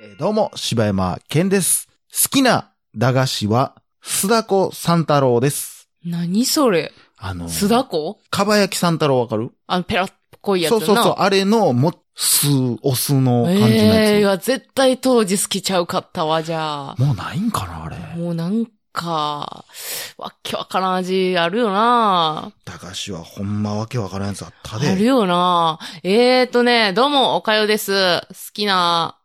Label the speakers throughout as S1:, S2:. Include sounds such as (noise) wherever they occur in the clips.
S1: えーどうも、柴山健です。好きな駄菓子は、須田子三太郎です。
S2: 何それ
S1: あの、
S2: 須田子
S1: かば焼き三太郎わかる
S2: あの、ペラっこいや
S1: そ
S2: つな。
S1: うそうそう、あれの、も、酢、お酢の感じの
S2: ええい
S1: や
S2: や、絶対当時好きちゃうかったわ、じゃあ
S1: つ。。もうないんかな、あれ。
S2: もうなんか、わっけわからん味あるよな
S1: 駄菓子はほんまわけわからんやつあった
S2: ある
S1: で。
S2: よなえーとね、どうも、おかよです。好きな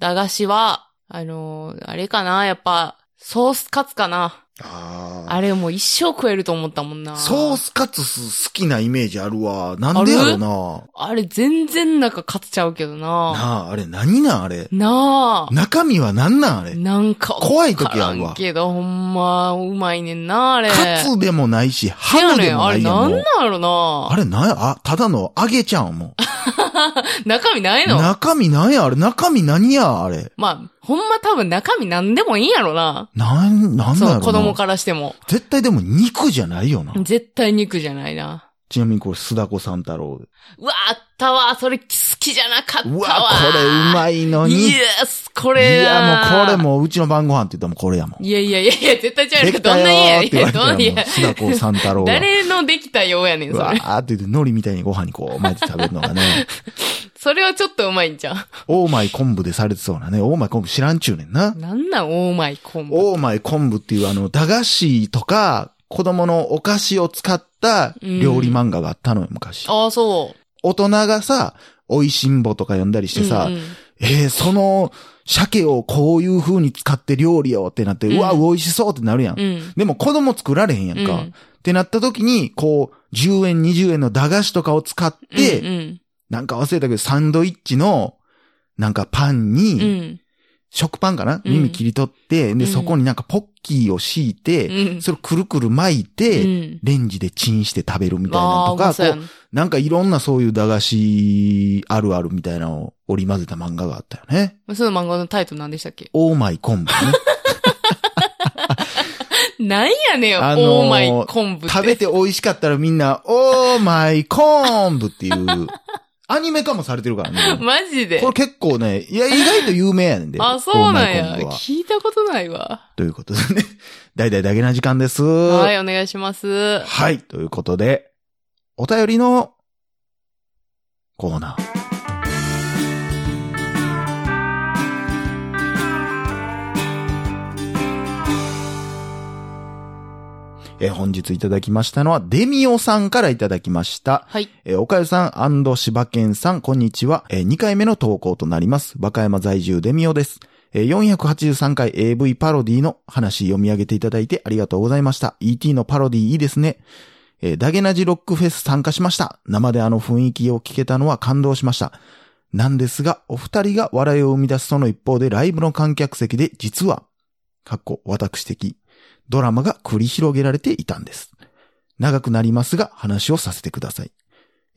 S2: 駄菓子は、あのー、あれかなやっぱ、ソースカツかな
S1: ああ
S2: あれもう一生食えると思ったもんな。
S1: ソー
S2: ス
S1: スカツ好きなイメージあるわ。なんでやろうな。
S2: あれ全然なんかカツちゃうけどな
S1: なあ、あれ、何なんあれ。
S2: なあ
S1: 中身は何なんあれ。
S2: なんか、
S1: 怖い時あるわ
S2: けど、ほんま、うまいねんな、あれ。
S1: カツでもないし、
S2: せや
S1: 花
S2: ね
S1: で
S2: ん
S1: も
S2: あ
S1: な
S2: れ
S1: いやん
S2: な
S1: もう
S2: んなんやろな
S1: あれなんやあ、ただの揚げちゃんもう。
S2: 中身ないの
S1: 中身なんやあれ中身何やあれ。
S2: まあ、ほんま多分中身なんでもいいんやろな。
S1: なん、なんだろ
S2: そうう、
S1: な。
S2: 子供からしても。
S1: 絶対でも肉じゃないよな。
S2: 絶対肉じゃないな。
S1: ちなみにこれ、須田子三太郎。
S2: うわ、あったわ。それ好きじゃなかったわ。
S1: うわ、これうまいのに。
S2: い
S1: い
S2: や、これ
S1: や、もうこれ
S2: も。
S1: もううちの晩ご飯って言ったらもうこれやもん。
S2: いやいやいやいや、絶対ちゃうや
S1: で
S2: んか
S1: き
S2: ど
S1: た
S2: んな家や
S1: よー
S2: ね
S1: って言われ
S2: ん。
S1: た
S2: ど
S1: ら
S2: ん
S1: もう、
S2: な家や。
S1: (laughs) 須田子三太郎が。
S2: 誰のできたようやねん、
S1: う
S2: そ
S1: わ
S2: れ。
S1: ーって言って、海苔みたいにご飯にこう巻いて食べるのが
S2: (laughs)
S1: ね、
S2: それはちょっとうまいんじゃん。
S1: (laughs) オーマイ昆布でされてそうなね、オーマイ昆布知らんちゅうねんな。
S2: なんなん、オーマイコンボ。
S1: オーマイ昆布っていうあの、駄菓子とか、子供のお菓子を使った料理漫画があったのよ、昔。
S2: ああ、そう。
S1: 大人がさ、おいしんぼとか読んだりしてさ、
S2: うんうん
S1: えー、その、鮭をこういう風に使って料理よってなって、
S2: う
S1: うんわ、美味しそうってなるやん。
S2: うん。
S1: でも子供作られへんやんか。
S2: うん
S1: ってなった時に、こう、10円、20円の駄菓子とかを使って、
S2: うん
S1: なんか忘れたけど、サンドイッチの、なんかパン
S2: うん。う
S1: に、
S2: ん。
S1: 食パンかな、
S2: うん
S1: 耳切り取って、
S2: ん
S1: で、そこになんかポッキーを敷いて、
S2: うん
S1: それをくるくる巻いて、
S2: うん
S1: レンジでチンして食べるみたいな
S2: ああ、
S1: と
S2: うま
S1: か、
S2: そうや
S1: こ
S2: な
S1: う、なんかいろんなそういう駄菓子あるあるみたいなのを織り交ぜた漫画があったよね。 (laughs)
S2: その漫画のタイトル何でしたっけ
S1: オーマイ昆布
S2: (laughs)
S1: ね。
S2: なんやねん、
S1: あのー
S2: オーマイ昆布って。
S1: 食べて美味しかったらみんな、オーマイ昆布っていう、アニメ化もされてる
S2: (laughs)
S1: からね。
S2: マジで
S1: これ。結構ね、いや、意外と有名やねんで。
S2: (laughs) あ、そうなん
S1: オーマ
S2: や
S1: イ。昆布は
S2: 聞いたことないわ。
S1: ということでね。 (laughs) 大々だけな時間です。
S2: は
S1: はい。
S2: い、お願いします。
S1: ということで、お便りのコーナー。えー本日いただきましたのは、デミオさんからいただきました。
S2: はい。
S1: えー、岡谷さん柴犬さん、こんにちは。え2回目の投稿となります。和歌山在住デミオです。えー483回 AV パロディの話読み上げていただいてありがとうございました。ET のパロディいいですね。えーダゲナジロックフェス参加しました。生であの雰囲気を聞けたのは感動しました。なんですが、お二人が笑いを生み出すその一方でライブの観客席で実は、かっこ私的、ドラマが繰り広げられていたんです。長くなりますが話をさせてください。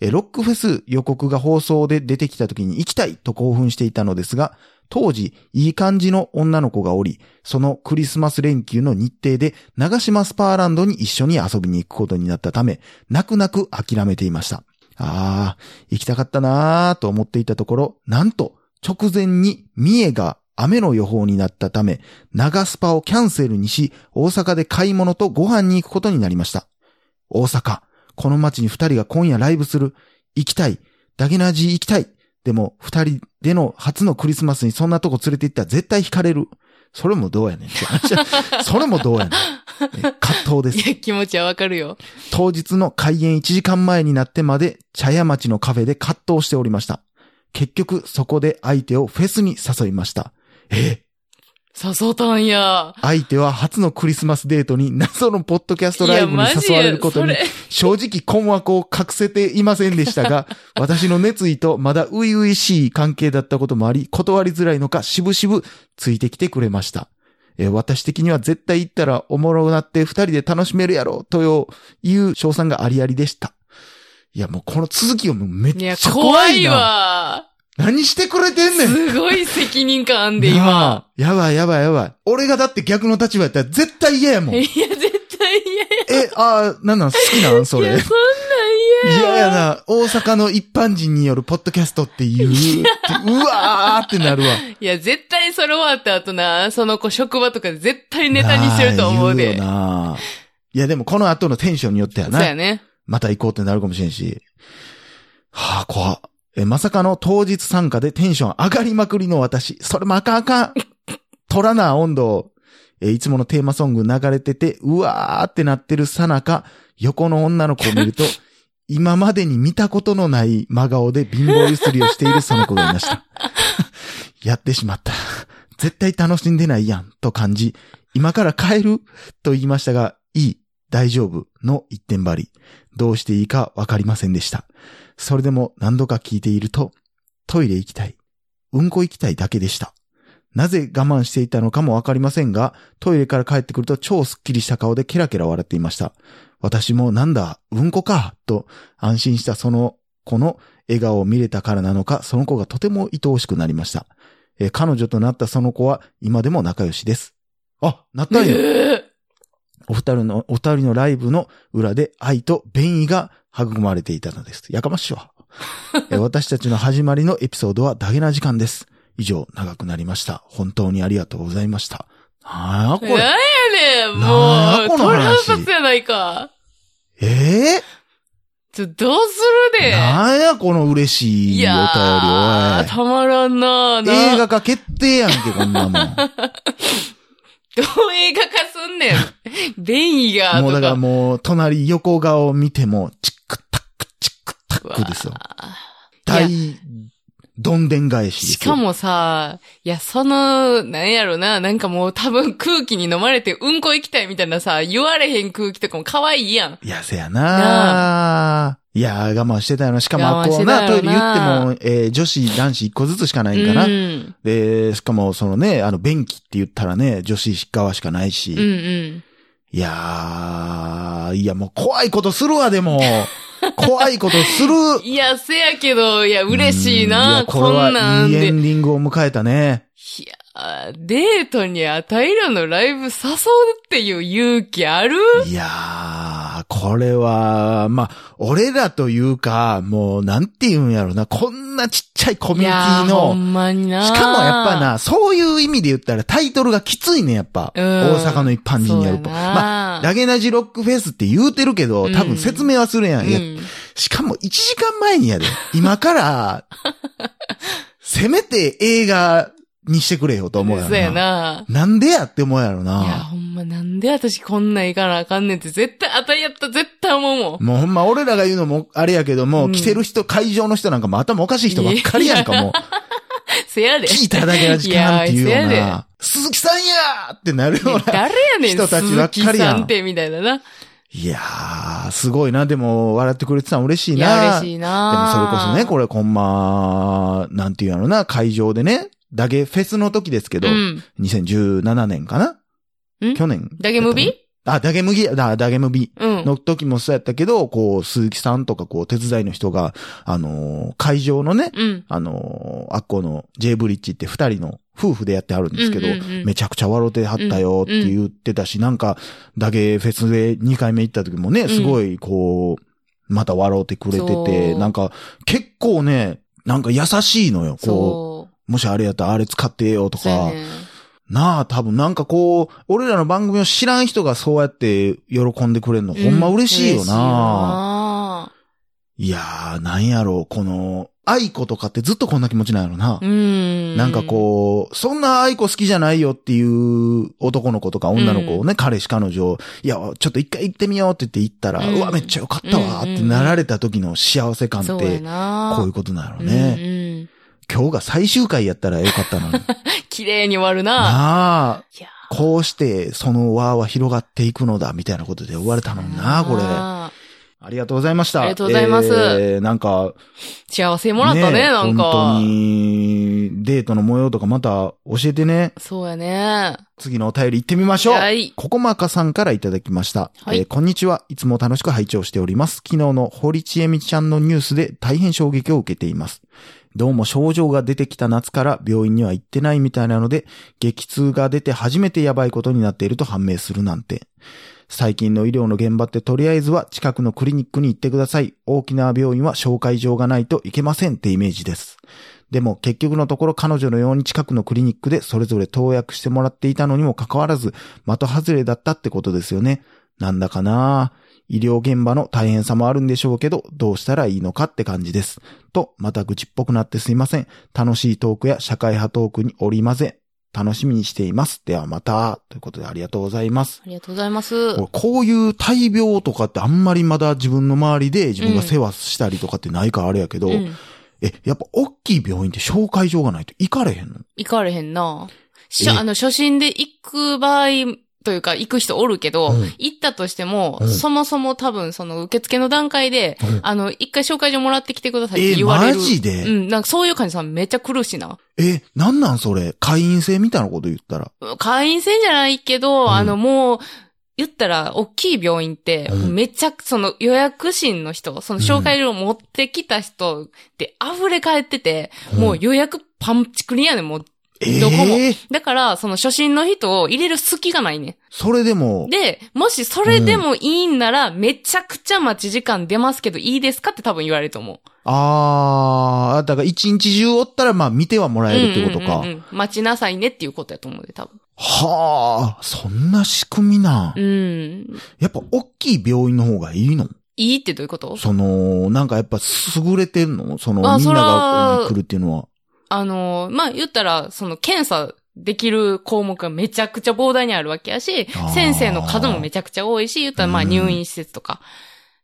S1: えーロックフェス予告が放送で出てきた時に行きたいと興奮していたのですが、当時、いい感じの女の子がおり、そのクリスマス連休の日程で長島スパーランドに一緒に遊びに行くことになったため、泣く泣く諦めていました。ああ、行きたかったなーと思っていたところ、なんと、直前に三重が雨の予報になったため、長スパをキャンセルにし、大阪で買い物とご飯に行くことになりました。大阪、この街に二人が今夜ライブする。行きたい。ダゲナジー行きたい。でも、二人での初のクリスマスにそんなとこ連れて行ったら絶対惹かれる。それもどうやねんって話。それもどうやねん。え葛藤です。
S2: いや、気持ちはわかるよ。
S1: 当日の開演1時間前になってまで茶屋町のカフェで葛藤しておりました。結局そこで相手をフェスに誘いました。え
S2: 誘ったんや。
S1: 相手は初のクリスマスデートに謎のポッドキャスト
S2: い
S1: ライ
S2: や、
S1: ブに
S2: マジ
S1: 誘われること
S2: そ
S1: に
S2: れ
S1: 正直困惑を隠せていませんでした
S2: (laughs)
S1: が、私の熱意とまだ初々しい関係だったこともあり、断りづらいのか渋々ついてきてくれました。えー私的には絶対行ったらおもろなって二人で楽しめるやろという賞賛がありありでした。いやもうこの続きをもうめっ
S2: い
S1: ちゃ
S2: や、
S1: 怖
S2: 怖
S1: い
S2: い
S1: な。
S2: わ。
S1: 何してくれてんねん。
S2: すごい責任感あんで、今。
S1: なあ。やばいやばいやばい。俺がだって逆の立場やったら絶対嫌やもん。
S2: いや、
S1: え、
S2: 絶対嫌や。
S1: あー、なんなん好きなんそ
S2: い
S1: れ
S2: や、。そんなん嫌
S1: 嫌やな。大阪の一般人によるポッドキャストっていう、ってうわーってなるわ。
S2: いや、絶対それ終わった後な、その子職場とかで絶対 (laughs) ネタにしてると思う
S1: なあ
S2: で
S1: 言。よないや、でもこの後のテンションによっては
S2: そうや
S1: な、
S2: ね。
S1: また行こうってなるかもしれんし。はあ、怖っえ、まさかの当日参加でテンション上がりまくりの私。それもあかんあかん。 (laughs) 取らな、温度。え、いつものテーマソング流れてて、うわーってなってるさなか、横の女の子を見ると、今までに見たことのない真顔で貧乏ゆすりをしているその子がいました。 (laughs) やってしまった。絶対楽しんでないやん、と感じ、今から帰ると言いましたが、いい、大丈夫の一点張り。どうしていいかわかりませんでした。それでも何度か聞いていると、トイレ行きたい。うんこ行きたいだけでした。なぜ我慢していたのかもわかりませんが、トイレから帰ってくると超スッキリした顔でケラケラ笑っていました。私もなんだ、うんこか、と安心したその子の笑顔を見れたからなのか、その子がとても愛おしくなりました。えー彼女となったその子は今でも仲良しです。あ、なったんや。
S2: え
S1: お二人の、お二人のライブの裏で愛と便意が育まれていたのです。やかましい
S2: (laughs)
S1: わ。え私たちの始まりのエピソードはダゲな時間です。以上、長くなりました。本当にありがとうございました。なあ、こ
S2: ー、
S1: れ。
S2: なんやねん、
S1: な
S2: も
S1: あ
S2: う、
S1: この
S2: トラン
S1: 話
S2: パスやないか。
S1: え
S2: ちょ、どうする
S1: え
S2: で。
S1: なんや、この嬉しいお便
S2: い
S1: り、
S2: や
S1: お
S2: ー、たまらんなあ
S1: い。
S2: な
S1: 映画化決定やんけ、こん
S2: (laughs)
S1: なもん。
S2: どう映画化すんね (laughs) ん。便意が、
S1: も
S2: と
S1: うだから
S2: か。
S1: もう、隣横顔を見ても、チックタック、チックタックですよ。大、どんでん返しですよ
S2: しかもさ、いや、その、なんやろな、なんかもう多分空気に飲まれてうんこ行きたいみたいなさ、言われへん空気とかも可愛いやん。
S1: いや、せやないや、我慢してたよな。しかも、
S2: 我
S1: こ
S2: 慢
S1: う
S2: して
S1: な、
S2: た
S1: トイ
S2: よ
S1: レ言って
S2: な
S1: も、えー女子、男子一個ずつしかないんかな。
S2: うん。
S1: で、しかも、そのね、あの、便器って言ったらね、女子側しかないし。
S2: うんうん。
S1: いやー、いや、もう怖いことするわ、で
S2: (laughs)
S1: も。怖いことする。
S2: いや、せやけど、いや、嬉しい
S1: うん
S2: な、
S1: や
S2: こんなん
S1: いいエ
S2: で。
S1: ンディングを迎えたね。
S2: いや、デートにあたいらのライブ誘うっていう勇気ある
S1: いやー、これは、まあ、俺らというか、もう、なんて言うんやろな、こんなちっちゃいコ
S2: い
S1: ミュニテ
S2: や
S1: ィ
S2: ー、ほ
S1: の、
S2: んまにな。
S1: しかもやっぱ、な、そういう意味で言ったらタイトルがきついね、やっぱ。
S2: うん
S1: 大阪の一般人によると。
S2: そうやな
S1: まあ、ラゲナジロックフェスって言うてるけど、多分説明はするやん。
S2: う
S1: いや
S2: ん。
S1: しかも1時間前にやで。今
S2: (laughs)
S1: から、せめて映画にしてくれよと思うやろ
S2: そうや
S1: な。
S2: な。
S1: なんでやって思うやろ
S2: いや、
S1: な。
S2: ほんま、なんで私こんなん行かなあかんねんって、絶対、あたいやった、絶対思うもん。
S1: もうほんま俺らが言うのもあれやけども、
S2: うん
S1: 来てる人、会場の人なんかも頭おかしい人ばっかりやんかもう。
S2: せやで。
S1: 聞いただけの時間っていうよう
S2: いや
S1: な。鈴木さんやーってなるような。
S2: 誰やねん、
S1: 人たちば
S2: 鈴
S1: っか
S2: 木
S1: りやん
S2: さんって、みたいなな。
S1: いやー、すごいな。でも、笑ってくれてたの嬉しい
S2: い
S1: な。
S2: や、嬉しい
S1: でも
S2: な
S1: それこそね、これ、こんま、なんていうのな、会場でね、ダゲフェスの時ですけど、
S2: うん。
S1: 2017年かなん去年。
S2: だけムビ
S1: あ、ダゲ麦や、だ、ダゲムビ
S2: うん。
S1: の時もそうやったけど、こう、鈴木さんとか、こう、手伝いの人が、あのー会場のね、
S2: うん。
S1: あのーあっこの J ブリッジって二人の夫婦でやってあるんですけど、
S2: うんうんうん
S1: めちゃくちゃ笑うてはったよって言ってたし、なんか、ダゲフェスで2回目行った時もね、すごい、こう、また笑うてくれてて、
S2: そう
S1: なんか、結構ね、なんか優しいのよ、こ、
S2: そう
S1: もしあれやったらあれ使ってよと
S2: う。そうや
S1: か、
S2: ねん。
S1: なあ、多分なんかこう、俺らの番組を知らん人がそうやって喜んでくれるの、ほんま嬉しいよ
S2: うん嬉しい
S1: な。
S2: ない
S1: やー、なんやろう、この、愛子とかってずっとこんな気持ちなんやろな。
S2: うん。
S1: なんかこう、そんな愛子好きじゃないよっていう男の子とか女の子をね、彼氏彼女、いや、ちょっと一回行ってみようって言って行ったら、う
S2: うん
S1: わ、めっちゃよかったわ
S2: うんうん
S1: ってなられた時の幸せ感っ
S2: そうや
S1: て、
S2: な
S1: こういうことなんやろね。
S2: うんうん。
S1: 今日が最終回やったらよか
S2: (laughs)
S1: ったのに。な
S2: 綺麗に終わるな。
S1: あ
S2: いや、
S1: こうして、その輪は広がっていくのだ、みたいなことで終われたのにな、これ。あ
S2: れ。
S1: りがとうございました。
S2: ありがとうございます
S1: えー、なんか、
S2: 幸せもらったね、
S1: え
S2: なん
S1: 本当
S2: か。
S1: に、デートの模様とかまた教えてね。
S2: そうやね。
S1: 次のお便り行ってみましょう。
S2: はい。
S1: ここまかさんからいただきました。
S2: はい
S1: えーこんにちは。いつも楽しく拝聴しております。昨日の堀ちえみちゃんのニュースで大変衝撃を受けています。どうも症状が出てきた夏から病院には行ってないみたいなので、激痛が出て初めてやばいことになっていると判明するなんて。最近の医療の現場ってとりあえずは近くのクリニックに行ってください。大きな病院は紹介状がないといけませんってイメージです。でも結局のところ彼女のように近くのクリニックでそれぞれ投薬してもらっていたのにもかかわらず、的外れだったってことですよね。なんだかなぁ医療現場の大変さもあるんでしょうけど、どうしたらいいのかって感じです。と、また愚痴っぽくなってすいません。楽しいトークや社会派トークに織り交ぜ、楽しみにしています。ではまた、ということでありがとうございます。
S2: ありがとうございます。
S1: これこういう大病とかってあんまりまだ自分の周りで自分が世話したりとかってないからあれやけど、
S2: うん。
S1: え、やっぱ大きい病院って紹介状がないと行かれへんの
S2: 行かれへんな。しょ
S1: え
S2: あの、初心で行く場合、というか、行く人おるけど、
S1: うん
S2: 行ったとしても、
S1: うん
S2: そもそも多分、その、受付の段階で、
S1: うん
S2: あの、一回紹介状もらってきてくださいって
S1: え、
S2: 言われ
S1: マ
S2: る。
S1: ジで、
S2: うん、なんかそういう感じさ、めっちゃ苦しいな。
S1: え、なんなんそれ会員制みたいなこと言ったら。
S2: 会員制じゃないけど、
S1: うん
S2: あの、もう、言ったら、大きい病院って、
S1: うん
S2: めちゃく、その予約心の人、その紹介料を持ってきた人って溢れ返ってて、もう予約パンチクリやねん、もう。
S1: え
S2: どこも
S1: え
S2: だから、その初心の人を入れる隙がないねん。
S1: それでも、
S2: で、もしそれでもいいんなら、めちゃくちゃ待ち時間出ますけど、いいですかって多分言われると思う。
S1: あー、だから一日中おったら、まあ見てはもらえるってことか。
S2: うんうんうんうん待ちなさいねっていうことやと思うで、多分。
S1: はあ、そんな仕組みな。
S2: うん。
S1: やっぱ大きい病院の方がいいの
S2: いいってどういうこと
S1: その、なんかやっぱ優れてんのその、
S2: あ
S1: みん
S2: そ
S1: な
S2: ら
S1: が来るっていうのは。
S2: あのー、まあ、言ったら、その検査できる項目がめちゃくちゃ膨大にあるわけやし
S1: あー、
S2: 先生の数もめちゃくちゃ多いし、言ったらまあ
S1: うん
S2: 入院施設とか、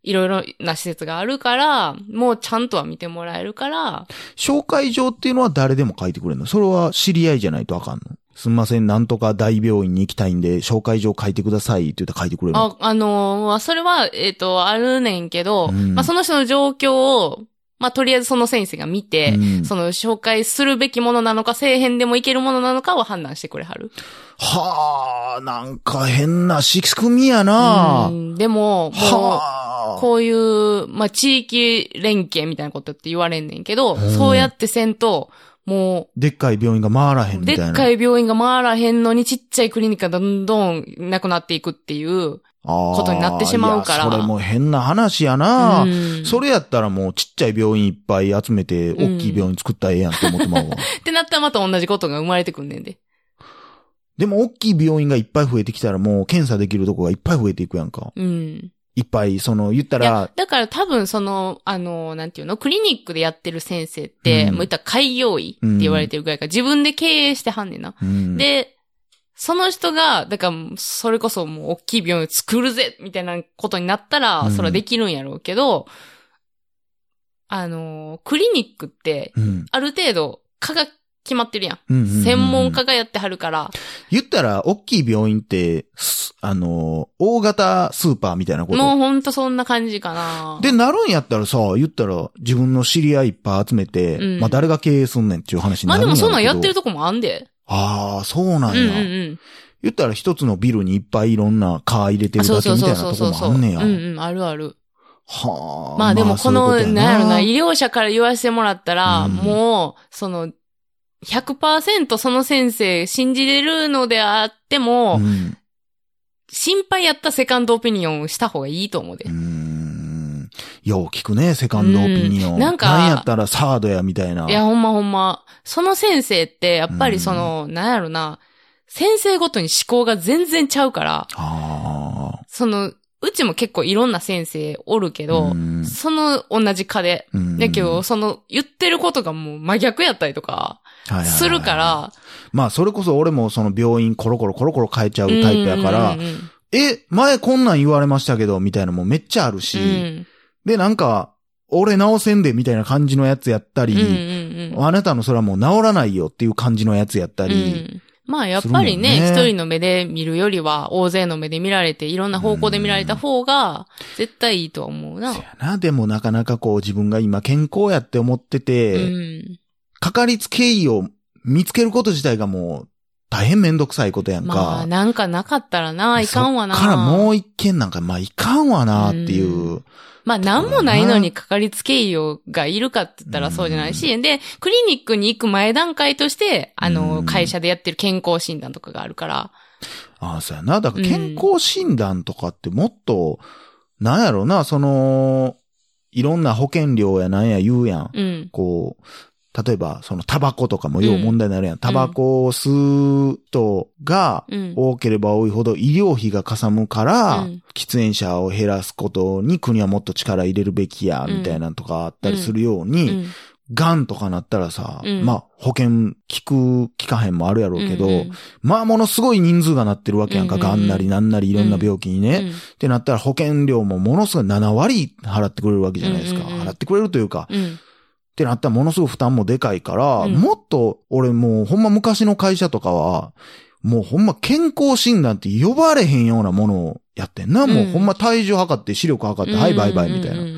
S2: いろいろな施設があるから、もうちゃんとは見てもらえるから、
S1: 紹介状っていうのは誰でも書いてくれるのそれは知り合いじゃないとあかんのすんません、なんとか大病院に行きたいんで、紹介状書いてくださいって言って書いてくれるの
S2: あ、あのーまあそれは、えっ、と、あるねんけど、
S1: うん
S2: まあ、その人の状況を、まあ、とりあえずその先生が見て、
S1: うん
S2: その紹介するべきものなのか、せえへんでもいけるものなのかを判断してくれはる。
S1: はあ、なんか変な仕組みやな
S2: う。んでも、もう、
S1: はあ。
S2: こういう、まあ、地域連携みたいなことって言われんねんけど、
S1: うん
S2: そうやってせんと、も
S1: でっかい病院が回らへん
S2: う、
S1: みた
S2: で
S1: いな。
S2: っかい病院が回らへんのに、ちっちゃいクリニックがどんどんなくなっていくっていう。
S1: こ
S2: ことになってしまうから
S1: それも変な話やな、
S2: うん
S1: それやったらもうちっちゃい病院いっぱい集めて、
S2: う
S1: 大
S2: ん
S1: きい病院作ったらええやんって思ってまうわ。
S2: ってなったらまた同じことが生まれてくんねんで。
S1: (laughs) でも大きい病院がいっぱい増えてきたらもう検査できるとこがいっぱい増えていくやんか。
S2: うん。
S1: いっぱい、その、言った
S2: いや
S1: ら、、
S2: だから多分その、あの、なんていうの、クリニックでやってる先生っ
S1: うん
S2: て、もう言ったら開業医って言われてるぐらいから、自分で経営してはんねんな。
S1: うん、
S2: で、その人が、だから、それこそもう大きい病院を作るぜみたいなことになった
S1: う
S2: ら、
S1: ん
S2: それはできるんやろうけど、あの、クリニックって、
S1: うん、
S2: ある程度、科が決まってるやん。
S1: うんうんうんうん
S2: 専門家がやってはるから、
S1: 言ったら、大きい病院って、すあの、大型スーパーみたいなこ
S2: もう
S1: と。
S2: ほんとそんな感じかな。
S1: で、なるんやったらさ、言ったら、自分の知り合いいっぱい集めて、
S2: うん
S1: まあ誰が経営すんねんっていう話に
S2: ま
S1: な
S2: あ
S1: る
S2: で
S1: んやろう
S2: も
S1: けど
S2: そんなんやってるとこもあんで。
S1: ああ、そう
S2: う
S1: なんん
S2: う
S1: や。
S2: んうん。
S1: 言ったら一つのビルにいっぱいいろんなカー入れて
S2: あ
S1: る
S2: そ
S1: だ
S2: う
S1: け
S2: そう
S1: みた
S2: そ
S1: いうな
S2: そう
S1: と
S2: そ
S1: こ
S2: う
S1: も
S2: そ
S1: あ
S2: う。うんん
S1: ねや。
S2: うん、あるある。
S1: はあ。
S2: まあでもこの、
S1: そういうと
S2: なんやろ
S1: や
S2: な、医療者から言わせてもらったら、
S1: うん
S2: もう、その、100%その先生信じれるのであっても、
S1: うん
S2: 心配やったセカンドオピニオンした方がいいと思うで。
S1: うーん。よう聞くね、セカンドオピニオ
S2: う
S1: ン。
S2: んなんか
S1: なんやったらサードやみたいな。
S2: いや、ほんまほんま。その先生って、やっぱりその、なんやろな、先生ごとに思考が全然ちゃうから、
S1: ああ。
S2: その、うちも結構いろんな先生おるけど
S1: う、ん
S2: その同じ科で。
S1: うん
S2: だけど、その、言ってることがもう真逆やったりとか、するか。
S1: はいはいはい
S2: ら、
S1: まあ、それこそ俺もその病院コロコロコロコロ変えちゃうタイプやか
S2: う
S1: ら
S2: ん、うんうん
S1: え、前こんなん言われましたけど、みたいなのもめっちゃある
S2: う
S1: し、
S2: ん
S1: で、なんか、俺直せんで、みたいな感じのやつやった
S2: うんうん
S1: り、
S2: うん
S1: あなたのそれはもう治らないよっていう感じのやつやった
S2: う
S1: り、
S2: んまあやっぱりね、
S1: するもん
S2: 一
S1: ね
S2: 人の目で見るよりは、大勢の目で見られて、いろんな方向で見られた方が、絶対いいとは思うな
S1: そ。やな、でもなかなかこう自分が今健康やって思って
S2: う
S1: て、
S2: ん。
S1: かかりつけ医を見つけること自体がもう大変めんどくさいことやんか。
S2: まあ、なんかなかったらな、いかんわな。
S1: そっからもう一件なんか、まあいかんわなっていう。
S2: まあ、なんもないのにかかりつけ医用がいるかって言ったらそうじゃないし、で、クリニックに行く前段階として、あ
S1: う
S2: の、
S1: ん
S2: 会社でやってる健康診断とかがあるから、
S1: ああ、そうやな。だから健康診断とかってもっと、なんやろな、その、いろんな保険料やなんや言うやん。
S2: うん。
S1: こう、例えば、そのタバコとかもよう問題になるやん。タバコを吸う人が
S2: うん。
S1: 多ければ多いほど医療費がかさむから、
S2: うん
S1: 喫煙者を減らすことに国はもっと力入れるべきや、
S2: うん
S1: みたいなのとかあったりするように、
S2: うん
S1: ガンとかなったらさ、
S2: うん
S1: まあ保険効く、効かへんもあるやろうけど、
S2: うん
S1: まあものすごい人数がなってるわけやんか、
S2: うんうんうん
S1: ガンなりなんなりいろんな病気にね、
S2: うん
S1: ってなったら保険料もものすごい7割払ってくれるわけじゃないですか。
S2: うんうんうん
S1: 払ってくれるというか、
S2: うん。
S1: ってなったらものすごい負担もでかいから、
S2: うん
S1: もっと、俺もうほんま昔の会社とかは、もうほんま健康診断って呼ばれへんようなものをやってんな。もううんほんま体重測って視力測って、はいバイバイみたいな。
S2: な。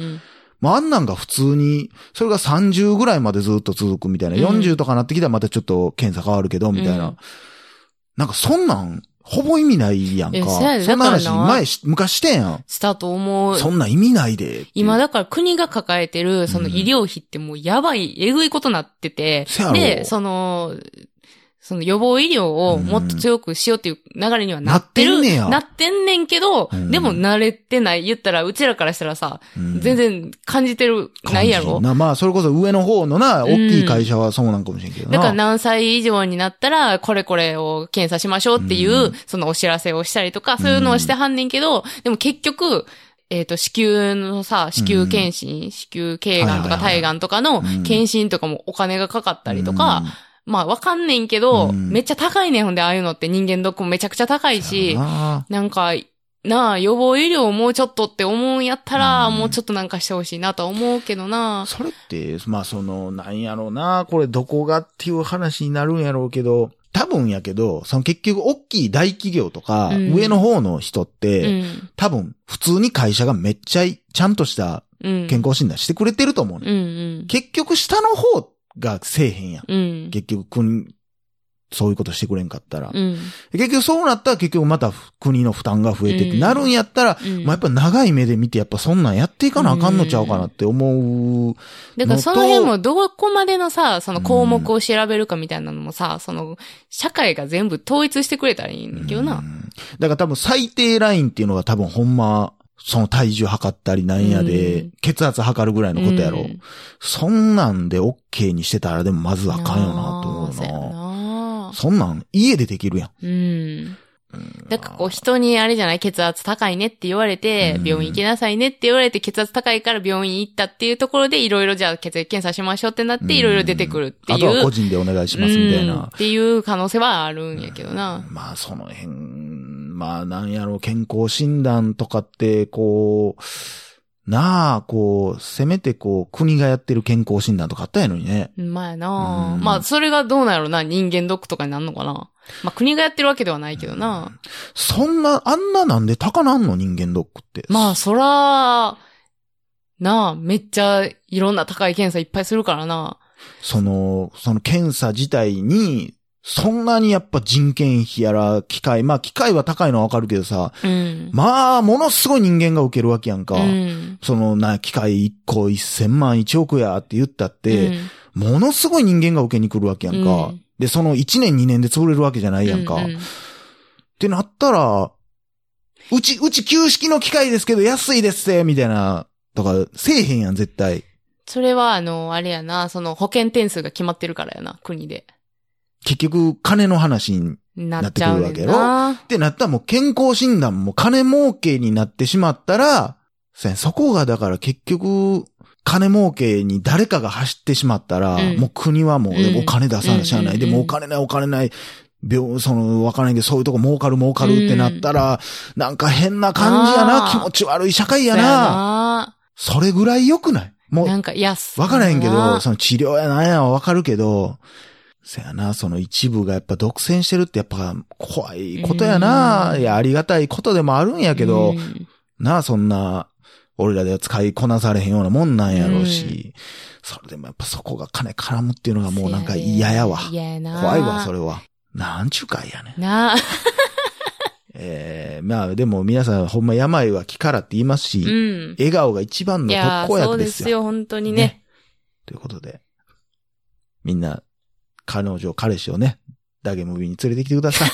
S1: まあ、あんなんが普通に、それが30ぐらいまでずっと続くみたいな、
S2: うん
S1: 40とかなってきたらまたちょっと検査変わるけど、みたいな。
S2: うん
S1: なんかそんなん、ほぼ意味ないやんか。
S2: え
S1: そ
S2: そうやで
S1: んな話
S2: だからな
S1: 前し、昔してんやん。
S2: したと思う。
S1: そんなん意味ないでって。
S2: 今だから国が抱えてる、その医療費ってもうやばい、えぐいことなってて
S1: せや、ろ
S2: で、その、その予防医療をもっと強くしようっていう流れにはなって
S1: なってん
S2: る。
S1: ねや
S2: なってんねんけど、
S1: うん
S2: でも慣れてない。言ったら、うちらからしたらさ、
S1: うん
S2: 全然感じてる、ないやろ
S1: 感じ。なまあ、それこそ上の方のな、
S2: うん
S1: 大きい会社はそうなんかもしれんけどな。
S2: だから何歳以上になったら、これこれを検査しましょうっていうう、
S1: ん
S2: そのお知らせをしたりとか、そういうのをしてはんねんけど、でも結局、えっ、と、子宮のさ、子宮検診、子宮頸がん
S1: はいはいは
S2: とか
S1: い
S2: 体がんとか
S1: う
S2: の
S1: ん
S2: 検診とかもお金がかかったりとか、まあわかんねんけど、
S1: うん
S2: めっちゃ高いねん、ほんで、ああいうのって人間ドックもめちゃくちゃ高
S1: う
S2: い
S1: ん、
S2: し、
S1: なあ
S2: なんか、なあ、予防医療もうちょっとって思うんやったら、
S1: うん
S2: もうちょっとなんかしてほしいなとは思うけどな。
S1: それって、まあ、その、なんやろうな、これどこがっていう話になるんやろうけど、多分やけど、その結局大きい大企業とか、
S2: うん
S1: 上の方の人っ
S2: う
S1: て、
S2: ん。
S1: 多分普通に会社がめっちゃいちゃんとした
S2: うん。
S1: 健康診断してくれてると思うね、
S2: うんうん。
S1: 結局下の方がせえへんやん。
S2: うん。
S1: 結局国、そういうことしてくれんかったら。
S2: うん。
S1: 結局そうなったら結局また国の負担が増えてって
S2: うん
S1: なるんやったら、
S2: うん
S1: まあやっぱ長い目で見てやっぱそんなんやっていかなあかんのちゃうかなって思う。
S2: だからその辺もどこまでのさ、その項目を調べるかみたいなのもさ、その、社会が全部統一してくれたらいいんだけど
S1: う
S2: な。
S1: んだから多分最低ラインっていうのが多分ほんま、その体重測ったりなんやで、
S2: うん
S1: 血圧測るぐらいのことやろ。
S2: うん
S1: そんなんで OK にしてたらでもまずあかんよなと思う
S2: そや
S1: な。
S2: な
S1: そんなん家でできるやん。
S2: うん。
S1: うん
S2: だからこう人にあれじゃない血圧高いねって言われて
S1: う、ん
S2: 病院行きなさいねって言われて、血圧高いから病院行ったっていうところで、いろいろじゃあ血液検査しましょうってなっ
S1: うん
S2: て、いろいろ出てくるっていう。
S1: あとは個人でお願いしますみたい
S2: うん
S1: な
S2: っ。ていう可能性はあるんやけどな。
S1: まあ、その辺、まあ、なんやろう、健康診断とかって、こう、なあ、こう、せめてこう、国がやってる健康診断とかあったんやのにね。
S2: まあやな
S1: うん
S2: まあ、それがどうなんやろな。人間ドックとかになるのかな。まあ、国がやってるわけではないけどな。
S1: そんな、あんななんで高なんの人間ドックって。
S2: まあ、そら、なあ、めっちゃいろんな高い検査いっぱいするからな。
S1: その、その検査自体に、そんなにやっぱ人件費やら、機械、まあ機械は高いのはわかるけどさ、
S2: うん。
S1: まあ、ものすごい人間が受けるわけやんか。
S2: うん。
S1: その、な、機械1個1000万1億やって言ったって、
S2: うん、
S1: ものすごい人間が受けに来るわけやんか。
S2: うん
S1: で、その1年2年で潰れるわけじゃないやんか。
S2: う
S1: っ
S2: う
S1: てなったら、うち、うち旧式の機械ですけど安いですって、みたいな、とか、せえへんやん、絶対。
S2: それは、あの、あれやな、その保険点数が決まってるからやな、国で。
S1: 結局、金の話に。
S2: なっちゃうねん
S1: な
S2: な。
S1: ってなったらもう健康診断も金儲けになってしまったら、せんそこがだから結局、金儲けに誰かが走ってしまったら、
S2: うん
S1: もう国はもう
S2: うん
S1: お金出さなしゃあない。
S2: うん
S1: でもお金ないお金ない。病、その、わからないけど、そういうとこ儲かる儲かるってなったら、なんか変な感じやな、
S2: あー
S1: 気持ち悪い社会や
S2: そうや
S1: な。
S2: な。
S1: それぐらい良くないもう
S2: なんか、いや、す
S1: わからへんけど、
S2: な
S1: その治療やなんやはわかるけど、せやな、その一部がやっぱ独占してるってやっぱ怖いことやな。
S2: うん
S1: いや、ありがたいことでもあるんやけど、
S2: うん
S1: なあ、そんな、俺らでは使いこなされへんようなもんなんやろうし、それでもやっぱそこが金絡むっていうのがもうなんか嫌やわ。
S2: 嫌やな。
S1: 怖いわ、そ
S2: れ。
S1: れは。なんちゅうかいやねん。
S2: なあ。
S1: ええまあでも皆さんほんま病は気からって言いますし、
S2: うん。
S1: 笑顔が一番
S2: い
S1: の
S2: や
S1: 特
S2: ー、
S1: 効薬
S2: そう
S1: で
S2: です
S1: よ
S2: す。よ、本当にね。
S1: ということで、みんな、彼女、彼氏をね、ダゲムビに連れてきてください。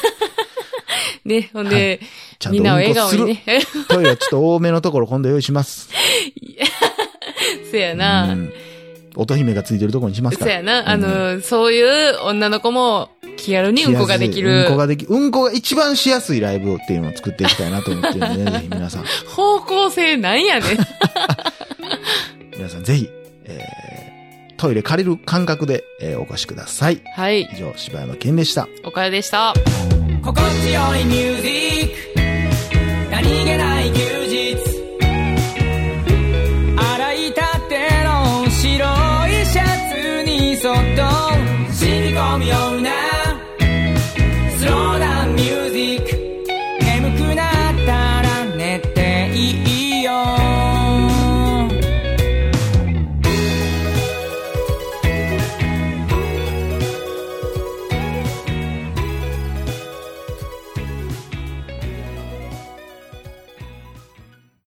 S2: ね、ほんで、
S1: ちゃん
S2: (laughs) み
S1: と
S2: んなを
S1: うん
S2: 笑
S1: こ
S2: 顔
S1: す
S2: に
S1: る。
S2: ね。
S1: トイレはちょっと多めのところ今度用意します。
S2: (laughs) そうやな。
S1: うん乙姫がついてるところにしますか
S2: そ (laughs) う
S1: ら。
S2: やな。あの、そういう女の子も気軽にうんこができる
S1: うんこができ、うんこが一番しやすいライブっていうのを作っていきたいなと思ってるん
S2: (laughs)
S1: でね、ぜひ皆さん、
S2: 方向性なん
S1: (laughs)
S2: やねん。
S1: 皆さんぜひ、えー、トイレ借りる感覚で、えーお越しください。
S2: はい
S1: 以。上、柴山健でした。
S2: おかよでした。
S3: 心地よいミュージック